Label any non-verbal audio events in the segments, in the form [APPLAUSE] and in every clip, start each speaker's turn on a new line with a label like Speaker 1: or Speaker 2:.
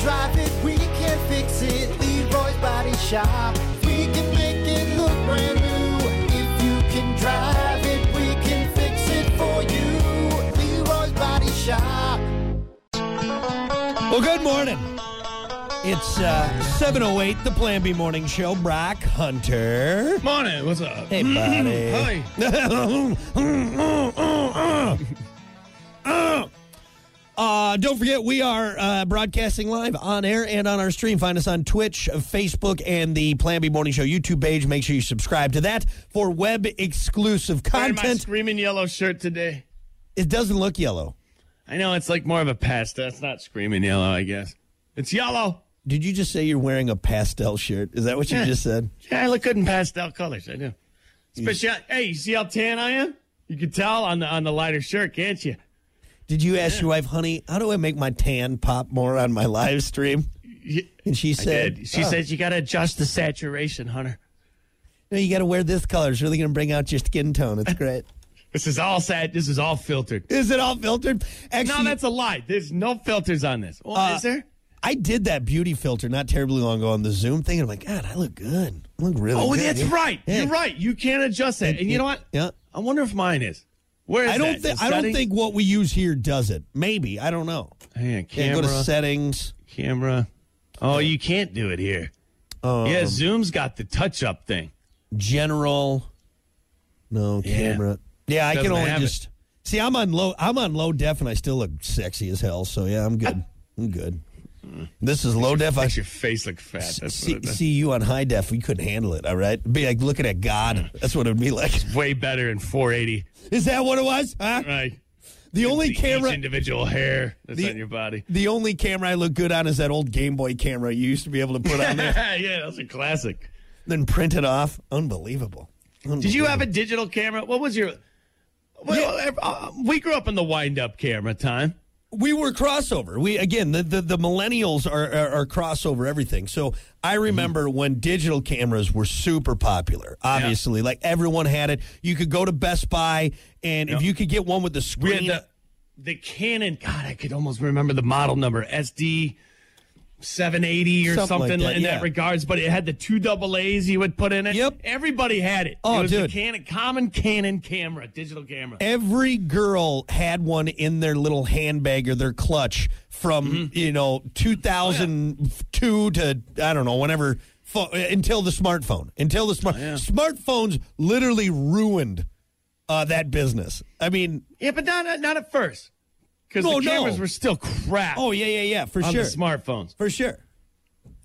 Speaker 1: drive it, we can fix it. Leroy's Body Shop. We can make it look brand new. If you can drive it, we can fix it for you. Leroy's Body Shop.
Speaker 2: Well, good morning. It's uh, 708, the Plan B Morning Show. Brock Hunter.
Speaker 3: Morning, what's up?
Speaker 2: Hey, buddy.
Speaker 3: Hi.
Speaker 2: [LAUGHS] Uh, don't forget, we are uh, broadcasting live on air and on our stream. Find us on Twitch, Facebook, and the Plan B Morning Show YouTube page. Make sure you subscribe to that for web exclusive
Speaker 3: Wearing my
Speaker 2: content.
Speaker 3: screaming yellow shirt today.
Speaker 2: It doesn't look yellow.
Speaker 3: I know it's like more of a pasta. It's not screaming yellow, I guess. It's yellow.
Speaker 2: Did you just say you're wearing a pastel shirt? Is that what you
Speaker 3: Yeah.
Speaker 2: just said?
Speaker 3: Yeah, I look good in pastel colors. I do. Especially, hey, you see how tan I am? You can tell on the on the lighter shirt, can't you?
Speaker 2: Did you ask your wife, honey, how do I make my tan pop more on my live stream?
Speaker 3: Y-
Speaker 2: And she
Speaker 3: I
Speaker 2: said,
Speaker 3: did. She
Speaker 2: "Oh,
Speaker 3: says you got to adjust the saturation, Hunter.
Speaker 2: no, you got to wear this color. It's really going to bring out your skin tone.
Speaker 3: [LAUGHS]
Speaker 2: It's great.
Speaker 3: This is all sad. This is all filtered.
Speaker 2: Is it all filtered? Actually,
Speaker 3: No, that's a lie. There's no filters on this. Well,
Speaker 2: Uh,
Speaker 3: is there?
Speaker 2: I did that beauty filter not terribly long ago on the Zoom thing. And I'm like, God, I look good. I look really
Speaker 3: Oh,
Speaker 2: good.
Speaker 3: that's
Speaker 2: Yeah.
Speaker 3: right.
Speaker 2: Yeah.
Speaker 3: You're right. You can't adjust that. And you know what?
Speaker 2: Yeah.
Speaker 3: I wonder if mine is. Where is
Speaker 2: I don't think I don't think what we use here does it. Maybe I don't know.
Speaker 3: Hang
Speaker 2: Yeah, go
Speaker 3: camera.
Speaker 2: to settings.
Speaker 3: camera. Oh, you can't do it here.
Speaker 2: Um,
Speaker 3: yeah, Zoom's got the touch-up thing.
Speaker 2: general. No
Speaker 3: Yeah.
Speaker 2: camera. Yeah, I can
Speaker 3: Doesn't
Speaker 2: only
Speaker 3: have it.
Speaker 2: just see. I'm on low. I'm on low def, and I still look sexy as hell. So yeah, I'm good. I'm good. This is low def. I
Speaker 3: Makes your face look fat. That's what
Speaker 2: see,
Speaker 3: it is.
Speaker 2: see you on high def. We couldn't handle it. All right, be like looking at God. That's what it'd be like. [LAUGHS]
Speaker 3: way better in 480.
Speaker 2: Is that what it was? Huh?
Speaker 3: Right.
Speaker 2: The only
Speaker 3: Each
Speaker 2: camera.
Speaker 3: individual hair that's
Speaker 2: The-
Speaker 3: on your [LAUGHS] body.
Speaker 2: The only camera I look good on is that old Game Boy camera you used to be able to
Speaker 3: [LAUGHS]
Speaker 2: put on there,
Speaker 3: yeah, that's a classic.
Speaker 2: then print it off. Unbelievable.
Speaker 3: Did you have a digital camera? What was your? Well, uh, we grew up in the wind-up camera time.
Speaker 2: we were crossover. We again, the the, the millennials are, are are crossover everything. So I
Speaker 3: Mm-hmm.
Speaker 2: remember when digital cameras were super popular. Obviously, like everyone had it. You could go to Best Buy, and if you could get one with the
Speaker 3: We had
Speaker 2: screen,
Speaker 3: the the Canon. God, I could almost remember the model number SD. 780 or
Speaker 2: Something like
Speaker 3: something,
Speaker 2: that,
Speaker 3: in
Speaker 2: yeah.
Speaker 3: that regards, but it had the two double A's you would put in it.
Speaker 2: Yep.
Speaker 3: Everybody had it.
Speaker 2: Oh,
Speaker 3: it was
Speaker 2: dude.
Speaker 3: The Canon, common Canon camera, digital camera.
Speaker 2: every girl had one in their little handbag or their clutch from
Speaker 3: Mm-hmm.
Speaker 2: you know
Speaker 3: Oh,
Speaker 2: 2002 to I don't know whenever pho- until the smartphone until the
Speaker 3: Oh,
Speaker 2: smart smartphones literally ruined uh, that business. I mean,
Speaker 3: Yeah, but not, not at first. Because
Speaker 2: No,
Speaker 3: the
Speaker 2: no.
Speaker 3: cameras were still crap
Speaker 2: oh yeah, yeah, yeah, for
Speaker 3: on
Speaker 2: sure,
Speaker 3: the smartphones.
Speaker 2: for sure.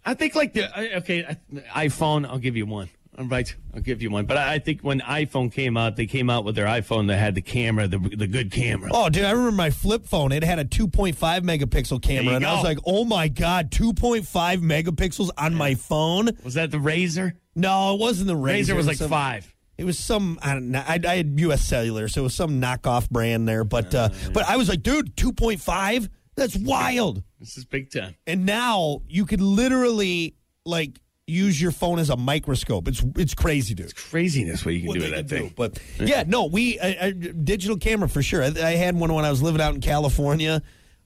Speaker 3: I think like the, I- okay, I- iPhone, I'll give you one. All right, I'll give you one. But I I think when iPhone came out, they came out with their iPhone that had the camera, the, the good camera.
Speaker 2: Oh, dude, I remember my flip phone. It had a 2.5 megapixel camera,
Speaker 3: you
Speaker 2: and I was
Speaker 3: go.
Speaker 2: like, "Oh my god, 2.5 megapixels on my phone?"
Speaker 3: Was that the Razor?
Speaker 2: No, it wasn't the Razor.
Speaker 3: Razor was
Speaker 2: It
Speaker 3: like
Speaker 2: some-
Speaker 3: five.
Speaker 2: It was some I don't know. I, I had U.S. Cellular, so it was some knockoff brand there. But uh, but I was like, dude, two point five. That's wild.
Speaker 3: This is big time.
Speaker 2: And now you could literally like use your phone as a microscope. It's it's crazy, dude.
Speaker 3: Craziness what you can
Speaker 2: What
Speaker 3: do with
Speaker 2: they
Speaker 3: that
Speaker 2: could
Speaker 3: thing.
Speaker 2: do. But yeah, no, we I, I, digital camera for sure. I, I had one when I was living out in California,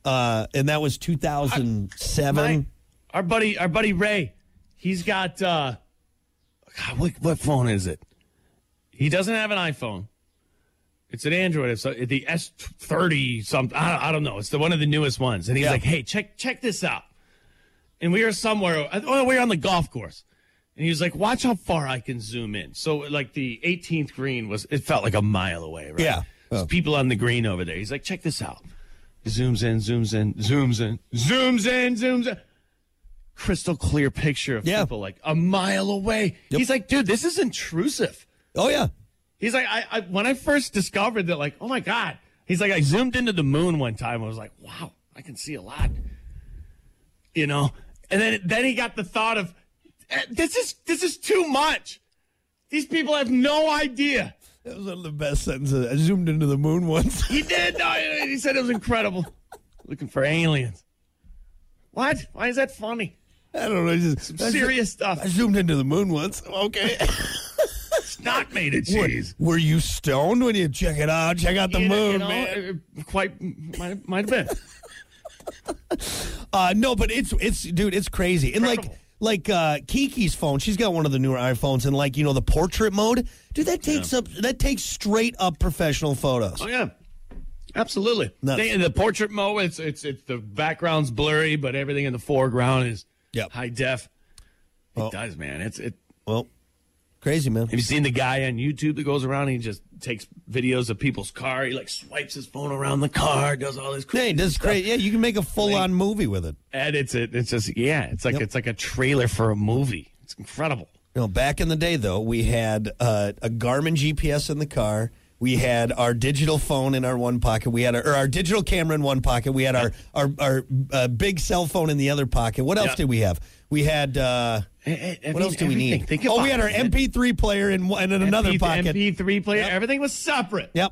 Speaker 2: uh, and that was two thousand
Speaker 3: My-
Speaker 2: seven.
Speaker 3: our buddy, our buddy Ray, he's got. uh God, what, what phone is it? He doesn't have an iPhone. It's an Android. It's uh, the S thirty something. I don't, I don't know. It's the one of the newest ones. And he's
Speaker 2: Yeah.
Speaker 3: like, "Hey, check check this out." And we were somewhere. I- Oh, we were on the golf course. And he was like, "Watch how far I can zoom in." So, like the 18th green was, it felt like a mile away, right?
Speaker 2: Yeah.
Speaker 3: There's
Speaker 2: Oh.
Speaker 3: people on the green over there. He's like, "Check this out." Zooms in, zooms in, zooms in, zooms in, zooms in. Crystal clear picture of
Speaker 2: Yeah.
Speaker 3: people like a mile away. He's like, "Dude, this is intrusive."
Speaker 2: Oh yeah,
Speaker 3: He's like, I, I when I first discovered that, like, oh my god. He's like, I zoomed into the moon one time. I was like, wow, I can see a lot. You know, and then then he got the thought of, eh, this is this is too much. These people have no idea.
Speaker 2: that was one of the best sentences. I zoomed into the moon once. [LAUGHS]
Speaker 3: He did. No, he he said it was incredible. Looking for aliens. What? Why is that funny?
Speaker 2: I don't know. Just, I zo-
Speaker 3: Serious stuff.
Speaker 2: I zoomed into the moon once. Okay.
Speaker 3: It's not made of cheese.
Speaker 2: Were you stoned when you check it out? Check out the
Speaker 3: You know-
Speaker 2: moon,
Speaker 3: you know,
Speaker 2: man.
Speaker 3: eh, eh, Quite might might have been.
Speaker 2: Uh, no, but it's it's dude, it's crazy. And like
Speaker 3: Incredible.
Speaker 2: like uh, Kiki's phone, she's got one of the newer iPhones, and like you know the portrait mode, dude, that takes up that takes straight up professional photos.
Speaker 3: Oh yeah, absolutely.
Speaker 2: Nuts.
Speaker 3: They- the portrait mode, it's it's it's the background's blurry, but everything in the foreground is
Speaker 2: Yep.
Speaker 3: high def. It
Speaker 2: Well-
Speaker 3: does, man. It's it.
Speaker 2: Well, crazy man.
Speaker 3: Have you seen the guy on YouTube that goes around? And he just takes videos of people's car. He like swipes his phone around the car, does all this.
Speaker 2: Hey, this is great. Yeah, you can make a full on movie with it.
Speaker 3: edits it. It's just yeah, it's like
Speaker 2: Yep.
Speaker 3: it's like a trailer for a movie. It's incredible.
Speaker 2: You know, back in the day, though, we had uh, a Garmin GPS in the car. We had our digital phone in our one pocket. We had our, or our digital camera in one pocket. We had our our, our uh, big cell phone in the other pocket. What else
Speaker 3: Yeah.
Speaker 2: did we have? We had uh,
Speaker 3: I- I- I
Speaker 2: what
Speaker 3: mean,
Speaker 2: else do we
Speaker 3: everything.
Speaker 2: need?
Speaker 3: Think
Speaker 2: oh,
Speaker 3: about
Speaker 2: we had our
Speaker 3: it.
Speaker 2: MP3 player in, one- and in another
Speaker 3: MP-
Speaker 2: pocket.
Speaker 3: MP3 player. Everything was separate.
Speaker 2: Yep.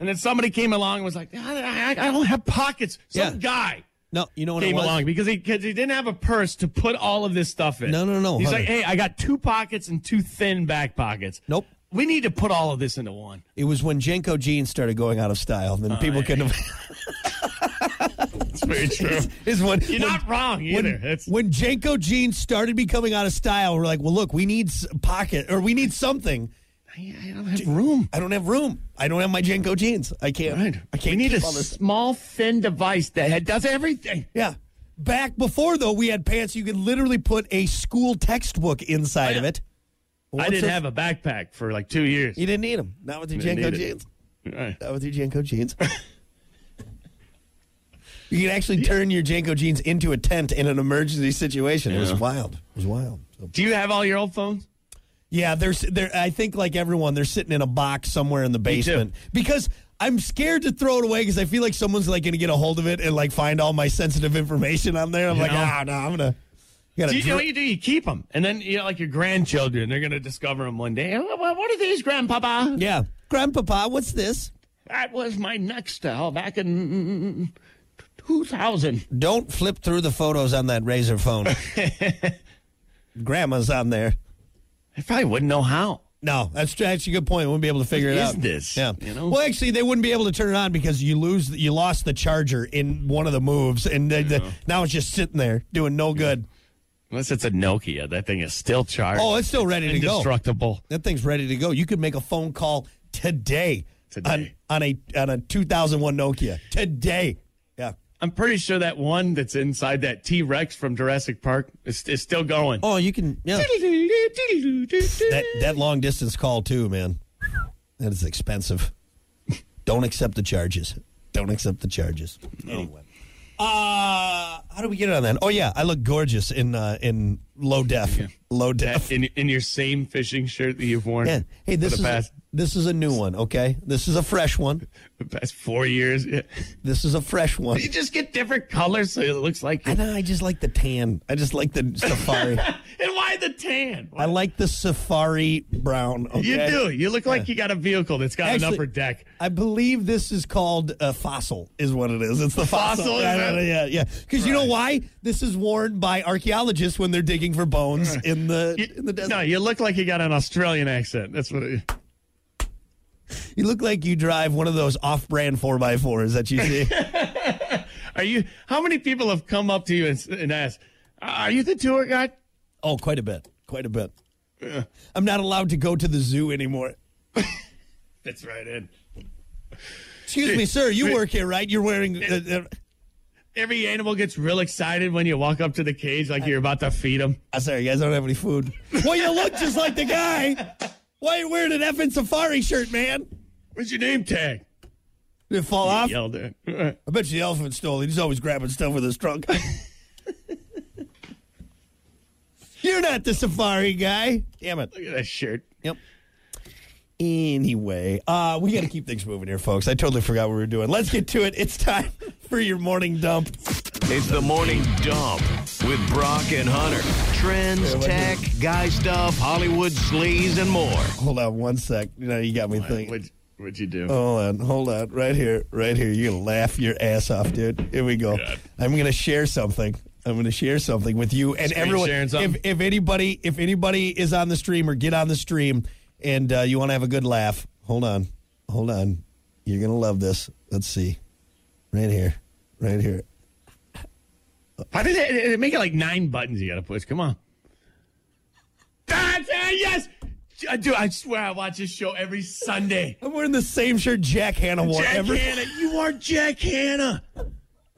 Speaker 3: And then somebody came along and was like, I, I, I don't have pockets. Some
Speaker 2: Yeah.
Speaker 3: guy
Speaker 2: No, you know what it
Speaker 3: came
Speaker 2: was?
Speaker 3: along because he because he didn't have a purse to put all of this stuff in.
Speaker 2: No, no, no,
Speaker 3: He's
Speaker 2: Hunter.
Speaker 3: like, hey, I got two pockets and two thin back pockets.
Speaker 2: Nope.
Speaker 3: We need to put all of this
Speaker 2: [LAUGHS]
Speaker 3: into one.
Speaker 2: It was when Jenko jeans started going out of style, and then
Speaker 3: Oh,
Speaker 2: people couldn't.
Speaker 3: It's very true.
Speaker 2: [LAUGHS] is when when-
Speaker 3: You're not wrong
Speaker 2: when,
Speaker 3: either. It's-
Speaker 2: when Jenko jeans started becoming out of style, we're like, well, look, we need s- pocket or we need something.
Speaker 3: I, I don't have room.
Speaker 2: I don't have room. I don't have my Jenko jeans. I can't.
Speaker 3: Right.
Speaker 2: I can't.
Speaker 3: we need a
Speaker 2: keep all this.
Speaker 3: small, thin device that had- does everything.
Speaker 2: Yeah. Back before though, we had pants you could literally put a school textbook inside of it.
Speaker 3: I
Speaker 2: Once
Speaker 3: didn't
Speaker 2: it-
Speaker 3: have a backpack for like two years.
Speaker 2: You didn't need them. Not with your
Speaker 3: Didn't
Speaker 2: Jenko
Speaker 3: need it.
Speaker 2: jeans.
Speaker 3: Right.
Speaker 2: Not with your Jenko jeans. you can actually turn your Jenko jeans into a tent in an emergency situation. It was
Speaker 3: Yeah.
Speaker 2: wild. It was wild. So-
Speaker 3: Do you have all your old phones?
Speaker 2: Yeah, there's there. I think like everyone, they're sitting in a box somewhere in the
Speaker 3: too.
Speaker 2: basement because I'm scared to throw it away because I feel like someone's like going to get a hold of it and like find all my sensitive information on there. I'm like,
Speaker 3: know?
Speaker 2: ah, no, I'm gonna. You
Speaker 3: Do
Speaker 2: gotta
Speaker 3: you know
Speaker 2: dr-
Speaker 3: what you do? You keep them, and then you know, like your grandchildren, they're gonna discover them one day. Oh, well, what are these, Grandpapa?
Speaker 2: yeah, Grandpapa, what's this?
Speaker 3: That was my Nextel back in 2000.
Speaker 2: Don't flip through the photos on that razor
Speaker 3: [LAUGHS]
Speaker 2: phone. Grandma's on there.
Speaker 3: I probably wouldn't know how.
Speaker 2: No, that's tr- actually a good point. Wouldn't be able to figure it
Speaker 3: is
Speaker 2: out.
Speaker 3: this?
Speaker 2: Yeah.
Speaker 3: You know?
Speaker 2: Well, actually, they wouldn't be able to turn it on because you lose, you lost the charger in one of the moves, and the, the, now it's just sitting there doing no good.
Speaker 3: Unless it's a Nokia, that thing is still charged.
Speaker 2: Oh, it's still ready to go.
Speaker 3: indestructible.
Speaker 2: That thing's ready to go. You could make a phone call today,
Speaker 3: Today.
Speaker 2: on, on a on a 2001 Nokia today. Yeah.
Speaker 3: I'm pretty sure that one that's inside that T Rex from Jurassic Park is, is still going.
Speaker 2: Oh, you can. Yeah. That that long distance call too, man. That is expensive. Don't accept the charges. Don't accept the charges. Anyway. Uh, how do we get on that? Oh yeah, I look gorgeous in uh, in low def, low def.
Speaker 3: That- in, in your same fishing shirt that you've worn
Speaker 2: Yeah. Hey, this
Speaker 3: for
Speaker 2: is
Speaker 3: the past,
Speaker 2: this is a new one. Okay, this is a fresh one.
Speaker 3: the past four years. Yeah.
Speaker 2: This is a fresh one.
Speaker 3: You just get different colors so it looks like
Speaker 2: I know. I just like the tan. I just like the
Speaker 3: [LAUGHS]
Speaker 2: safari.
Speaker 3: And why the tan?
Speaker 2: I like the safari brown. Okay?
Speaker 3: You do. You look like you got a vehicle that's got an
Speaker 2: Actually-
Speaker 3: upper deck.
Speaker 2: I believe this is called a fossil, is what it is. It's the fossil.
Speaker 3: Fossil, is
Speaker 2: yeah,
Speaker 3: it?
Speaker 2: yeah, yeah. Because you know why? This is worn by archaeologists when they're digging for bones in the
Speaker 3: You-
Speaker 2: in the desert.
Speaker 3: No, you look like you got an Australian accent. That's what. It,
Speaker 2: You look like you drive one of those off-brand four x fours that you
Speaker 3: [LAUGHS]
Speaker 2: see.
Speaker 3: are you? How many people have come up to you and, s- and asked, "Are you the tour guide?"
Speaker 2: oh, quite a bit, quite a bit. I'm not allowed to go to the zoo anymore.
Speaker 3: That's right. In
Speaker 2: Excuse me, sir. You work here, right? You're wearing. Uh, uh,
Speaker 3: every animal gets real excited when you walk up to the cage like you're about to feed them.
Speaker 2: I'm Ah, sorry, you guys don't have any food. well, you look just like the guy. Why are you wearing an effing safari shirt, man?
Speaker 3: What's your name tag?
Speaker 2: Did it fall off?
Speaker 3: Yelled at. [LAUGHS]
Speaker 2: I bet you the elephant stole it. He's always grabbing stuff with his trunk. [LAUGHS] You're not the safari guy. Damn it.
Speaker 3: Look at that shirt.
Speaker 2: Yep. Anyway, uh, we got to keep things moving here, folks. I totally forgot what we were doing. Let's get to it. It's time for your morning dump.
Speaker 4: It's the morning dump with Brock and Hunter. Trends, tech, guy stuff, Hollywood sleaze, and more.
Speaker 2: Hold on one sec. You know, you got me thinking.
Speaker 3: What'd, what'd you do?
Speaker 2: Hold on, hold on. Right here, right here. You're gonna laugh your ass off, dude. Here we go.
Speaker 3: God.
Speaker 2: I'm gonna share something. I'm gonna share something with you and
Speaker 3: Screen
Speaker 2: everyone.
Speaker 3: sharing
Speaker 2: If,
Speaker 3: something?
Speaker 2: if anybody, if anybody is on the stream or get on the stream and uh, you want to have a good laugh, hold on, hold on. You're gonna love this. Let's see. Right here, right here.
Speaker 3: Why did they, they make it like nine buttons you got to push? Come on. That's it, yes. I do. I swear I watch this show every [LAUGHS] Sunday.
Speaker 2: I'm wearing the same shirt Jack Hanna wore
Speaker 3: Jack
Speaker 2: every.
Speaker 3: Hanna, you are Jack Hanna.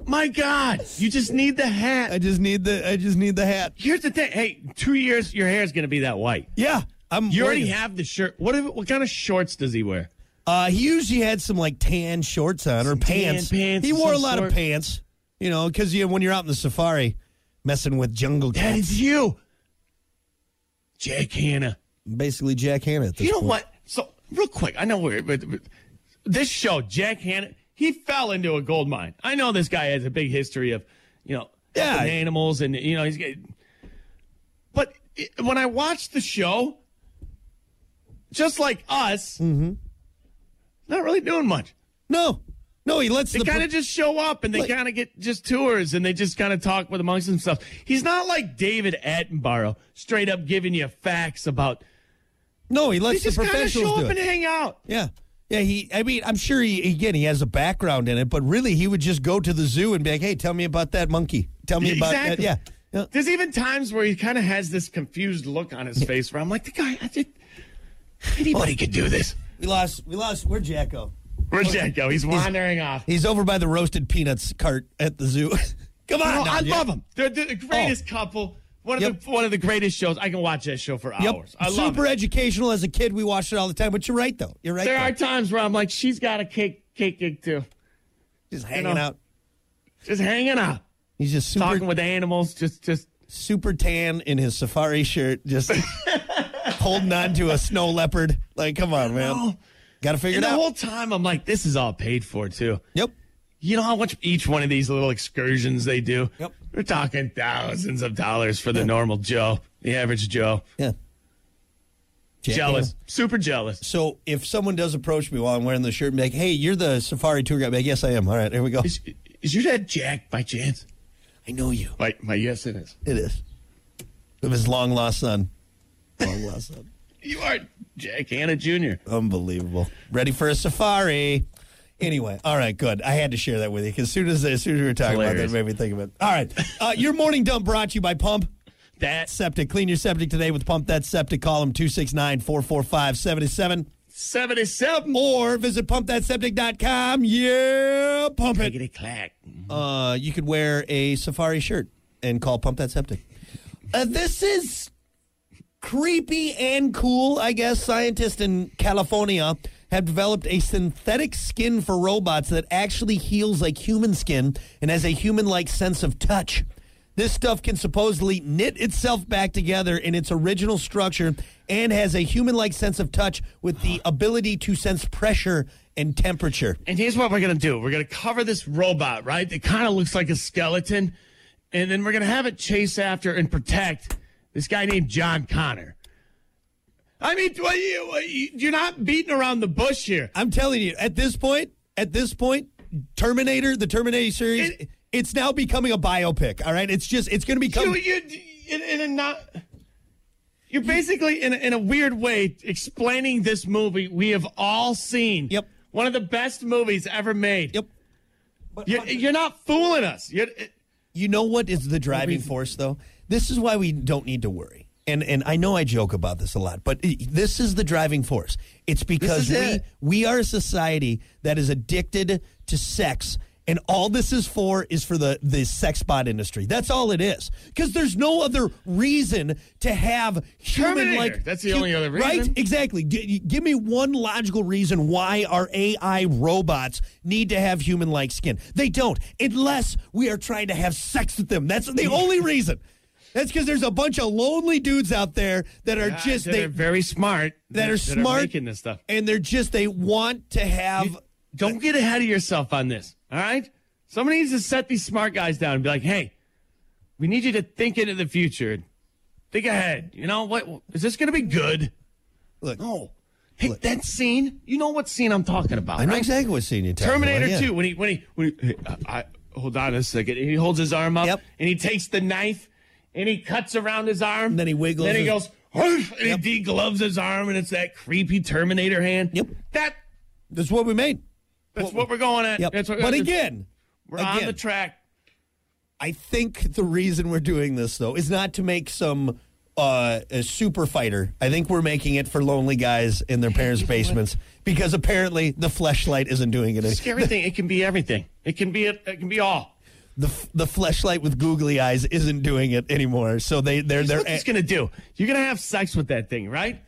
Speaker 3: My God, you just need the hat.
Speaker 2: I just need the I just need the hat.
Speaker 3: Here's the thing. Hey, two years, your hair's gonna be that white.
Speaker 2: Yeah, I'm.
Speaker 3: You already
Speaker 2: wearing it.
Speaker 3: have the shirt. What if, what kind of shorts does he wear?
Speaker 2: Uh, he usually had some like tan shorts on or
Speaker 3: tan
Speaker 2: pants.
Speaker 3: pants
Speaker 2: He
Speaker 3: of
Speaker 2: wore a
Speaker 3: some
Speaker 2: lot
Speaker 3: sort.
Speaker 2: of pants, you know, because you, when you're out in the safari messing with jungle
Speaker 3: That
Speaker 2: cats,
Speaker 3: is you, Jack Hanna.
Speaker 2: basically Jack Hanna at this
Speaker 3: You know
Speaker 2: point.
Speaker 3: what? So real quick, I know we're but, but this show, Jack Hanna, he fell into a gold mine. I know this guy has a big history of, you know,
Speaker 2: Yeah.
Speaker 3: helping animals and you know he's. got- But it, when I watched the show, just like us, not really doing much.
Speaker 2: No, no, he lets
Speaker 3: They
Speaker 2: the.
Speaker 3: kind of just show up and they
Speaker 2: Like-
Speaker 3: kind of get just tours and they just kind of talk with amongst themselves. He's not like David Attenborough, straight up giving you facts about.
Speaker 2: no, he
Speaker 3: They
Speaker 2: lets the
Speaker 3: just kind of
Speaker 2: professionals
Speaker 3: show
Speaker 2: do
Speaker 3: up
Speaker 2: it.
Speaker 3: and hang out.
Speaker 2: Yeah. Yeah, he. I mean, I'm sure he again he has a background in it, but really he would just go to the zoo and be like, "Hey, tell me about that monkey. Tell me about that."
Speaker 3: Exactly.
Speaker 2: Yeah. yeah.
Speaker 3: There's even times where he kind of has this confused look on his face where I'm like, the guy, I did, anybody could do this.
Speaker 2: We lost. We lost. Where'd Jack go?
Speaker 3: Where'd Jack go? He's wandering off.
Speaker 2: He's over by the roasted peanuts cart at the zoo. [LAUGHS] Come on,
Speaker 3: No,
Speaker 2: now,
Speaker 3: I
Speaker 2: Jack.
Speaker 3: love them. They're, they're the greatest couple. One of
Speaker 2: Yep.
Speaker 3: the one of the greatest shows. I can watch that show for
Speaker 2: Yep.
Speaker 3: hours. I love
Speaker 2: Super
Speaker 3: it.
Speaker 2: educational as a kid. We watched it all the time. But you're right though. You're right.
Speaker 3: There
Speaker 2: though.
Speaker 3: are times where I'm like, she's got a cake cake gig too.
Speaker 2: just hanging
Speaker 3: know.
Speaker 2: out.
Speaker 3: Just hanging out,
Speaker 2: He's just super
Speaker 3: talking with animals. Just just
Speaker 2: super tan in his safari shirt,
Speaker 3: [LAUGHS]
Speaker 2: just holding on to a snow leopard. Like, come on, man.
Speaker 3: know.
Speaker 2: Got to figure
Speaker 3: and
Speaker 2: it
Speaker 3: the
Speaker 2: out.
Speaker 3: whole time I'm like, this is all paid for too.
Speaker 2: yep.
Speaker 3: You know how much each one of these little excursions they do?
Speaker 2: Yep.
Speaker 3: We're talking thousands of dollars for the normal Joe, the average Joe.
Speaker 2: Yeah. Jack
Speaker 3: Jealous.
Speaker 2: Hanna.
Speaker 3: Super jealous.
Speaker 2: So if someone does approach me while I'm wearing the shirt and be like, hey, you're the safari tour guide, I'd be like, yes, I am. All right, here we go.
Speaker 3: Is, is your dad Jack by chance?
Speaker 2: I know you.
Speaker 3: My, my yes, it is.
Speaker 2: It is. Of his long lost son. Long lost son.
Speaker 3: You are Jack Hanna Jr.
Speaker 2: Unbelievable. Ready for a safari. Anyway, all right, good. I had to share that with you because as soon as, as soon as we were talking
Speaker 3: Hilarious.
Speaker 2: about that, it made me think of it. All right. Uh, your morning dump brought to you by Pump.
Speaker 3: That's
Speaker 2: Septic. Clean your septic today with Pump That Septic. Call them 269 445 77
Speaker 3: 77.
Speaker 2: or visit pumpthatseptic.com. Yeah, pump it.
Speaker 3: Giggity clack.
Speaker 2: Uh, you could wear a safari shirt and call Pump That Septic. Uh, this is creepy and cool, I guess. Scientists in California have developed a synthetic skin for robots that actually heals like human skin and has a human like sense of touch. This stuff can supposedly knit itself back together in its original structure and has a human like sense of touch with the ability to sense pressure and temperature.
Speaker 3: And here's what we're going to do we're going to cover this robot, right? It kind of looks like a skeleton. And then we're going to have it chase after and protect this guy named John Connor. I mean, what you, what you- you're not beating around the bush here.
Speaker 2: I'm telling you, at this point, at this point, Terminator, the Terminator series,
Speaker 3: It-
Speaker 2: it's now becoming a biopic. All right, it's just it's going to become.
Speaker 3: You, you, in, in a not, you're basically, in a, in a weird way, explaining this movie we have all seen.
Speaker 2: Yep.
Speaker 3: One of the best movies ever made.
Speaker 2: Yep.
Speaker 3: You're, you're not fooling us. You're,
Speaker 2: You know what is the driving
Speaker 3: reason-
Speaker 2: force, though? This is why we don't need to worry. And and I know I joke about this a lot, but i- this is the driving force. It's because
Speaker 3: is
Speaker 2: we
Speaker 3: it.
Speaker 2: we are a society that is addicted to sex. And all this is for is for the, the sex bot industry. That's all it is. Because there's no other reason to have human
Speaker 3: Terminator.
Speaker 2: like.
Speaker 3: That's the only other reason.
Speaker 2: Right? Exactly. G- give me one logical reason why our AI robots need to have human like skin. They don't, unless we are trying to have sex with them. That's the only
Speaker 3: [LAUGHS]
Speaker 2: reason. That's because there's a bunch of lonely dudes out there that are just
Speaker 3: they're
Speaker 2: they
Speaker 3: very smart.
Speaker 2: that are smart
Speaker 3: making this stuff.
Speaker 2: and they're just they want to have.
Speaker 3: Don't get ahead of yourself on this. All right. Somebody needs to set these smart guys down and be like, "Hey, we need you to think into the future. Think ahead. You know what is this going to be good?
Speaker 2: Look,
Speaker 3: No. Hey, that scene. You know what scene I'm talking about?
Speaker 2: I know
Speaker 3: right?
Speaker 2: exactly what scene you're talking
Speaker 3: Terminator
Speaker 2: about, yeah.
Speaker 3: Two. When he when he when he, I, I- hold on a second. He holds his arm up
Speaker 2: Yep.
Speaker 3: and he takes the knife and he cuts around his arm.
Speaker 2: And then he wiggles
Speaker 3: Then he
Speaker 2: his-
Speaker 3: goes. "Huff," And he degloves his arm, and it's that creepy Terminator hand.
Speaker 2: Yep.
Speaker 3: That
Speaker 2: That's what we made.
Speaker 3: that's what, we're going at.
Speaker 2: Yep.
Speaker 3: That's what,
Speaker 2: but again,
Speaker 3: we're on
Speaker 2: again,
Speaker 3: the track.
Speaker 2: I think the reason we're doing this though is not to make some uh, a super fighter. I think we're making it for lonely guys in their
Speaker 3: [LAUGHS]
Speaker 2: parents' basements because apparently the fleshlight isn't doing it. any-
Speaker 3: Scary thing. It can be everything. It can be it, it can be all.
Speaker 2: The f- the fleshlight with googly eyes isn't doing it anymore. So they they're
Speaker 3: Here's
Speaker 2: they're
Speaker 3: what it's gonna do. You're gonna have sex with that thing, right?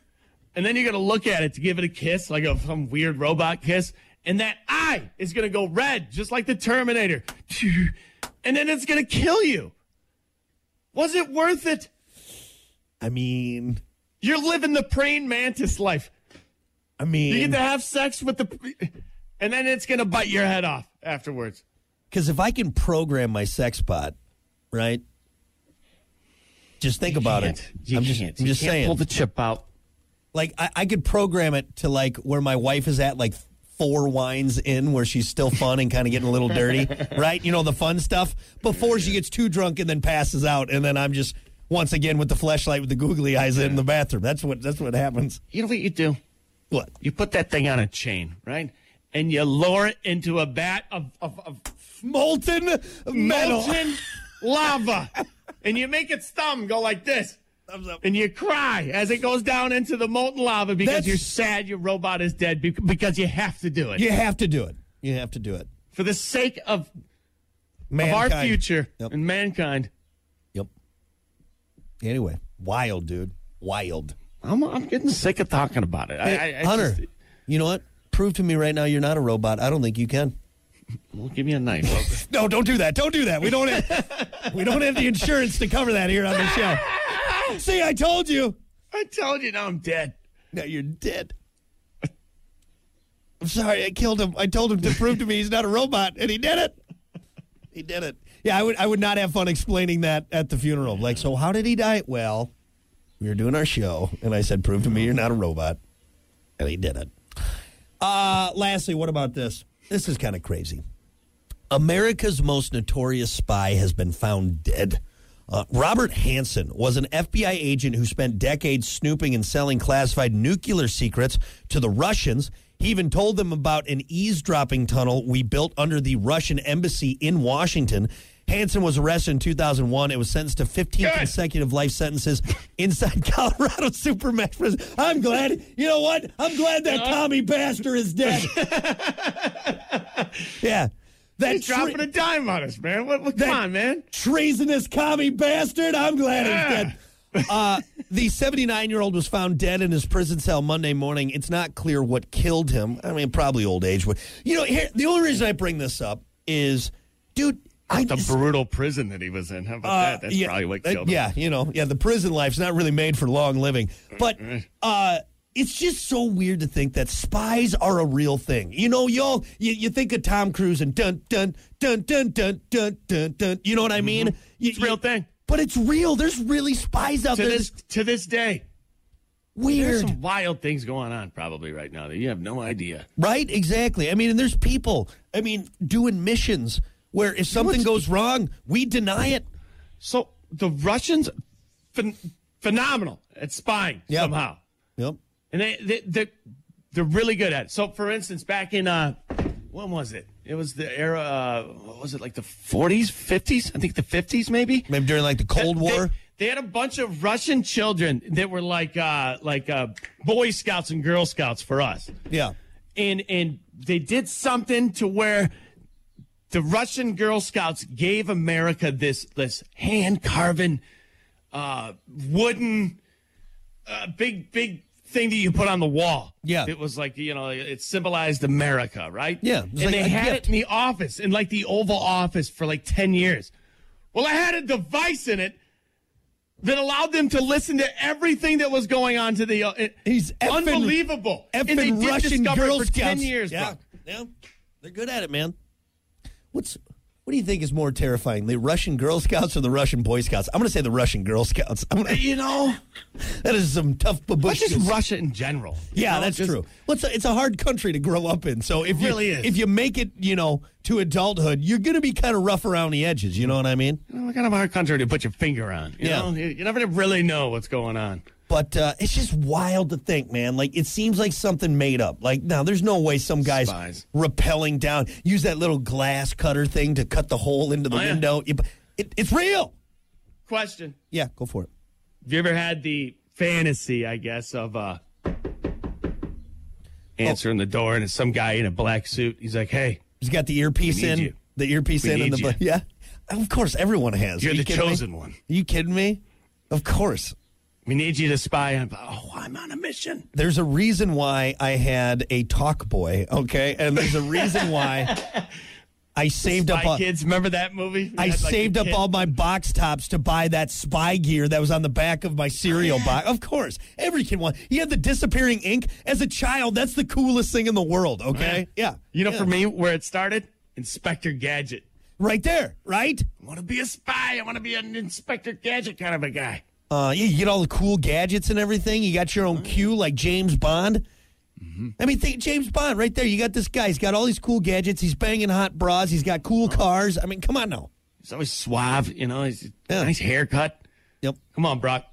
Speaker 3: And then you're gonna look at it to give it a kiss, like a some weird robot kiss, and that eye is gonna go red, just like the Terminator. And then it's gonna kill you. Was it worth it?
Speaker 2: I mean
Speaker 3: You're living the praying mantis life.
Speaker 2: I mean
Speaker 3: You get to have sex with the, and then it's gonna bite your head off afterwards.
Speaker 2: Because if I can program my sex bot, right? Just think about it.
Speaker 3: You
Speaker 2: I'm
Speaker 3: can't.
Speaker 2: just,
Speaker 3: You
Speaker 2: I'm just
Speaker 3: can't
Speaker 2: saying.
Speaker 3: Pull the chip out.
Speaker 2: like I, I could program it to like where my wife is at, like four wines in, where she's still fun and kind of getting a little
Speaker 3: [LAUGHS]
Speaker 2: dirty, right? You know the fun stuff before she gets too drunk and then passes out, and then I'm just once again with the flashlight with the googly eyes in the bathroom. That's what that's what happens.
Speaker 3: You know what you do?
Speaker 2: What?
Speaker 3: You put that thing on a chain, right? And you lower it into a vat of, of, of
Speaker 2: Molten metal.
Speaker 3: molten [LAUGHS] lava. And you make its thumb go like this. And you cry as it goes down into the molten lava because
Speaker 2: That's-
Speaker 3: you're sad your robot is dead bec- because you have to do it.
Speaker 2: You have to do it. You have to do it.
Speaker 3: For the sake of, of our
Speaker 2: Mankind.
Speaker 3: future
Speaker 2: Yep.
Speaker 3: and mankind.
Speaker 2: Yep. Anyway, wild, dude. Wild.
Speaker 3: I'm, I'm getting sick of talking about it. I, I, I
Speaker 2: Hunter,
Speaker 3: just-
Speaker 2: you know what? Prove to me right now you're not a robot. I don't think you can.
Speaker 3: well, give me a knife.
Speaker 2: [LAUGHS] No, don't do that. Don't do that. We don't have, we don't have the insurance to cover that here on the show. See, I told you.
Speaker 3: I told you now I'm dead.
Speaker 2: Now you're dead. I'm sorry, I killed him. I told him to prove to me he's not a robot, and he did it. He did it. Yeah, I would I would not have fun explaining that at the funeral. Like, so how did he die? Well, we were doing our show, and I said, Prove to me you're not a robot. And he did it. Uh lastly, what about this? This is kind of crazy. America's most notorious spy has been found dead. Uh, Robert Hansen was an FBI agent who spent decades snooping and selling classified nuclear secrets to the Russians. He even told them about an eavesdropping tunnel we built under the Russian embassy in Washington. Hansen was arrested in 2001 and was sentenced to 15
Speaker 3: Good.
Speaker 2: consecutive life sentences inside [LAUGHS] Colorado Supermax prison. I'm glad. You know what? I'm glad that Tommy Pastor is
Speaker 3: [LAUGHS]
Speaker 2: dead. yeah. That
Speaker 3: He's dropping
Speaker 2: tre-
Speaker 3: a dime on us, man. What, what, come
Speaker 2: that
Speaker 3: on, man.
Speaker 2: Treasonous commie bastard. I'm glad
Speaker 3: Yeah.
Speaker 2: he's dead. Uh, the 79 year old was found dead in his prison cell Monday morning. It's not clear what killed him. I mean, probably old age. But, you know, here, the only reason I bring this up is, dude, I
Speaker 3: The
Speaker 2: just-
Speaker 3: brutal prison that he was in. How about that? That's
Speaker 2: yeah,
Speaker 3: probably what
Speaker 2: uh,
Speaker 3: killed him.
Speaker 2: Yeah, you know, yeah, the prison life's not really made for long living. But uh it's just so weird to think that spies are a real thing. You know, y'all you, you think of Tom Cruise and dun dun dun dun dun dun dun dun. You know what I mean? You-
Speaker 3: Mm-hmm. It's a real
Speaker 2: you-
Speaker 3: thing.
Speaker 2: But it's real. There's really spies out
Speaker 3: To
Speaker 2: there.
Speaker 3: this to this day, there's
Speaker 2: weird.
Speaker 3: some wild things going on probably right now that you have no idea.
Speaker 2: Right? Exactly. I mean, and there's people, I mean, doing missions where if something goes wrong, we deny it.
Speaker 3: So the Russians, phen- phenomenal at spying
Speaker 2: Yeah.
Speaker 3: somehow,
Speaker 2: Yep.
Speaker 3: and they, they they they're really good at it. So for instance, back in uh, when was it? It was the era. Uh, what was it like the 40s, 50s? I think the 50s maybe.
Speaker 2: Maybe during like the Cold
Speaker 3: They-
Speaker 2: War.
Speaker 3: They, had a bunch of Russian children that were like uh, like uh, Boy Scouts and Girl Scouts for us,
Speaker 2: yeah.
Speaker 3: and and they did something to where the Russian Girl Scouts gave America this this hand carven uh, wooden uh, big big thing that you put on the wall.
Speaker 2: Yeah.
Speaker 3: it was like you know it symbolized America, right?
Speaker 2: Yeah, it
Speaker 3: and
Speaker 2: was like
Speaker 3: they
Speaker 2: a
Speaker 3: had
Speaker 2: gift.
Speaker 3: it in the office in like the Oval Office for like ten years. Well, I had a device in it that allowed them to listen to everything that was going on to the. Uh, it-
Speaker 2: He's effing-
Speaker 3: unbelievable. and they
Speaker 2: effing
Speaker 3: did
Speaker 2: Russian
Speaker 3: discover it
Speaker 2: Girl
Speaker 3: for
Speaker 2: Scouts.
Speaker 3: ten years.
Speaker 2: yeah,
Speaker 3: bro.
Speaker 2: yeah, they're good at it, man. What's what do you think is more terrifying, the Russian Girl Scouts or the Russian Boy Scouts? I'm going to say the Russian Girl Scouts. [LAUGHS] I'm gonna,
Speaker 3: You know,
Speaker 2: that is some tough
Speaker 3: [LAUGHS] but just
Speaker 2: babushkas.
Speaker 3: Russia in general. you
Speaker 2: Yeah,
Speaker 3: know,
Speaker 2: that's
Speaker 3: just-
Speaker 2: true. Well, it's a, it's a hard country to grow up in. So if you
Speaker 3: really is.
Speaker 2: if you make it, you know, to adulthood, you're going to be kind of rough around the edges. You know what I mean?
Speaker 3: You know, kind of a hard country to put your finger on. You
Speaker 2: Yeah.
Speaker 3: know, you, you never really know what's going on.
Speaker 2: But uh, it's just wild to think, man. Like it seems like something made up. Like now, there's no way some guys
Speaker 3: Spies.
Speaker 2: rappelling down use that little glass cutter thing to cut the hole into the
Speaker 3: Oh, yeah.
Speaker 2: window. Yeah, but It, it's real.
Speaker 3: Question.
Speaker 2: Yeah, go for it.
Speaker 3: Have you ever had the fantasy, I guess, of uh
Speaker 2: Oh.
Speaker 3: answering the door and it's some guy in a black suit. He's like, Hey,
Speaker 2: He's got the earpiece
Speaker 3: We need
Speaker 2: in.
Speaker 3: you.
Speaker 2: The earpiece
Speaker 3: We
Speaker 2: in and
Speaker 3: need
Speaker 2: the
Speaker 3: you.
Speaker 2: yeah. Of course, everyone has.
Speaker 3: you're
Speaker 2: Are you
Speaker 3: the
Speaker 2: kidding me?
Speaker 3: chosen one.
Speaker 2: Are you kidding me? Of course.
Speaker 3: We need you to spy on Oh, I'm on a mission.
Speaker 2: There's a reason why I had a talk boy, okay? And there's a reason
Speaker 3: [LAUGHS]
Speaker 2: why I saved up
Speaker 3: Spy
Speaker 2: all,
Speaker 3: kids, remember that movie? We
Speaker 2: I
Speaker 3: had, like, the
Speaker 2: saved up
Speaker 3: kid-
Speaker 2: all my box tops to buy that spy gear that was on the back of my
Speaker 3: [LAUGHS]
Speaker 2: cereal box. Of course, every kid wants. He had the disappearing ink as a child. That's the coolest thing in the world. Okay, yeah,
Speaker 3: You know,
Speaker 2: Yeah.
Speaker 3: for me, where it started, Inspector Gadget.
Speaker 2: right there, right?
Speaker 3: I want to be a spy. I want to be an Inspector Gadget kind of a guy.
Speaker 2: Uh, yeah, you get all the cool gadgets and everything. You got your own cue, like James Bond.
Speaker 3: Mm-hmm.
Speaker 2: I mean, think James Bond right there. You got this guy. He's got all these cool gadgets. He's banging hot bras. He's got cool
Speaker 3: Oh.
Speaker 2: cars. I mean, come on now.
Speaker 3: He's always suave, you know. He's
Speaker 2: Yeah.
Speaker 3: nice haircut.
Speaker 2: Yep.
Speaker 3: Come on, Brock.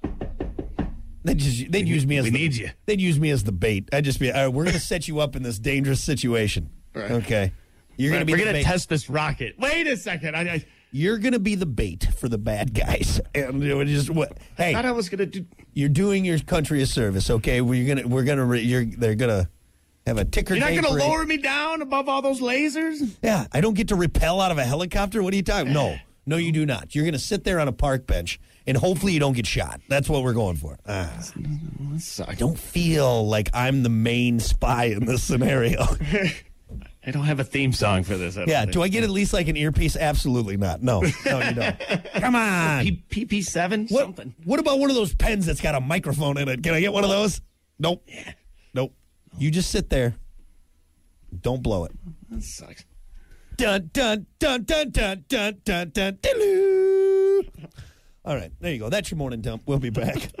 Speaker 2: They just they'd use me as
Speaker 3: we
Speaker 2: the,
Speaker 3: need you.
Speaker 2: They'd use me as the bait. I'd just be, all right, we're going to set you up in this dangerous situation. Okay, you're going to be
Speaker 3: We're
Speaker 2: the
Speaker 3: gonna
Speaker 2: bait.
Speaker 3: test this rocket. Wait a second. I, I
Speaker 2: you're going to be the bait for the bad guys. [LAUGHS] And it would just what? Hey,
Speaker 3: thought I was gonna do.
Speaker 2: you're doing your country a service. Okay, we're gonna we're gonna re- you're they're gonna have a ticker.
Speaker 3: You're not
Speaker 2: day
Speaker 3: gonna
Speaker 2: parade.
Speaker 3: lower me down above all those lasers.
Speaker 2: Yeah, I don't get to repel out of a helicopter. What are you talking? No, no, you do not. You're going to sit there on a park bench and hopefully you don't get shot. That's what we're going for. Ah. I don't feel like I'm the main spy in this [LAUGHS] scenario.
Speaker 3: I don't have a theme song for this. I
Speaker 2: yeah, do I get at least like an earpiece? Absolutely not. No, no, you don't. [LAUGHS] Come on.
Speaker 3: PP seven
Speaker 2: What,
Speaker 3: something?
Speaker 2: what about one of those pens that's got a microphone in it? Can I get one of those? Nope. Nope. You just sit there. Don't blow it.
Speaker 3: That sucks.
Speaker 2: Dun dun dun dun dun dun dun dun. doo-doo. All right, there you go. That's your morning dump. We'll be back. [LAUGHS]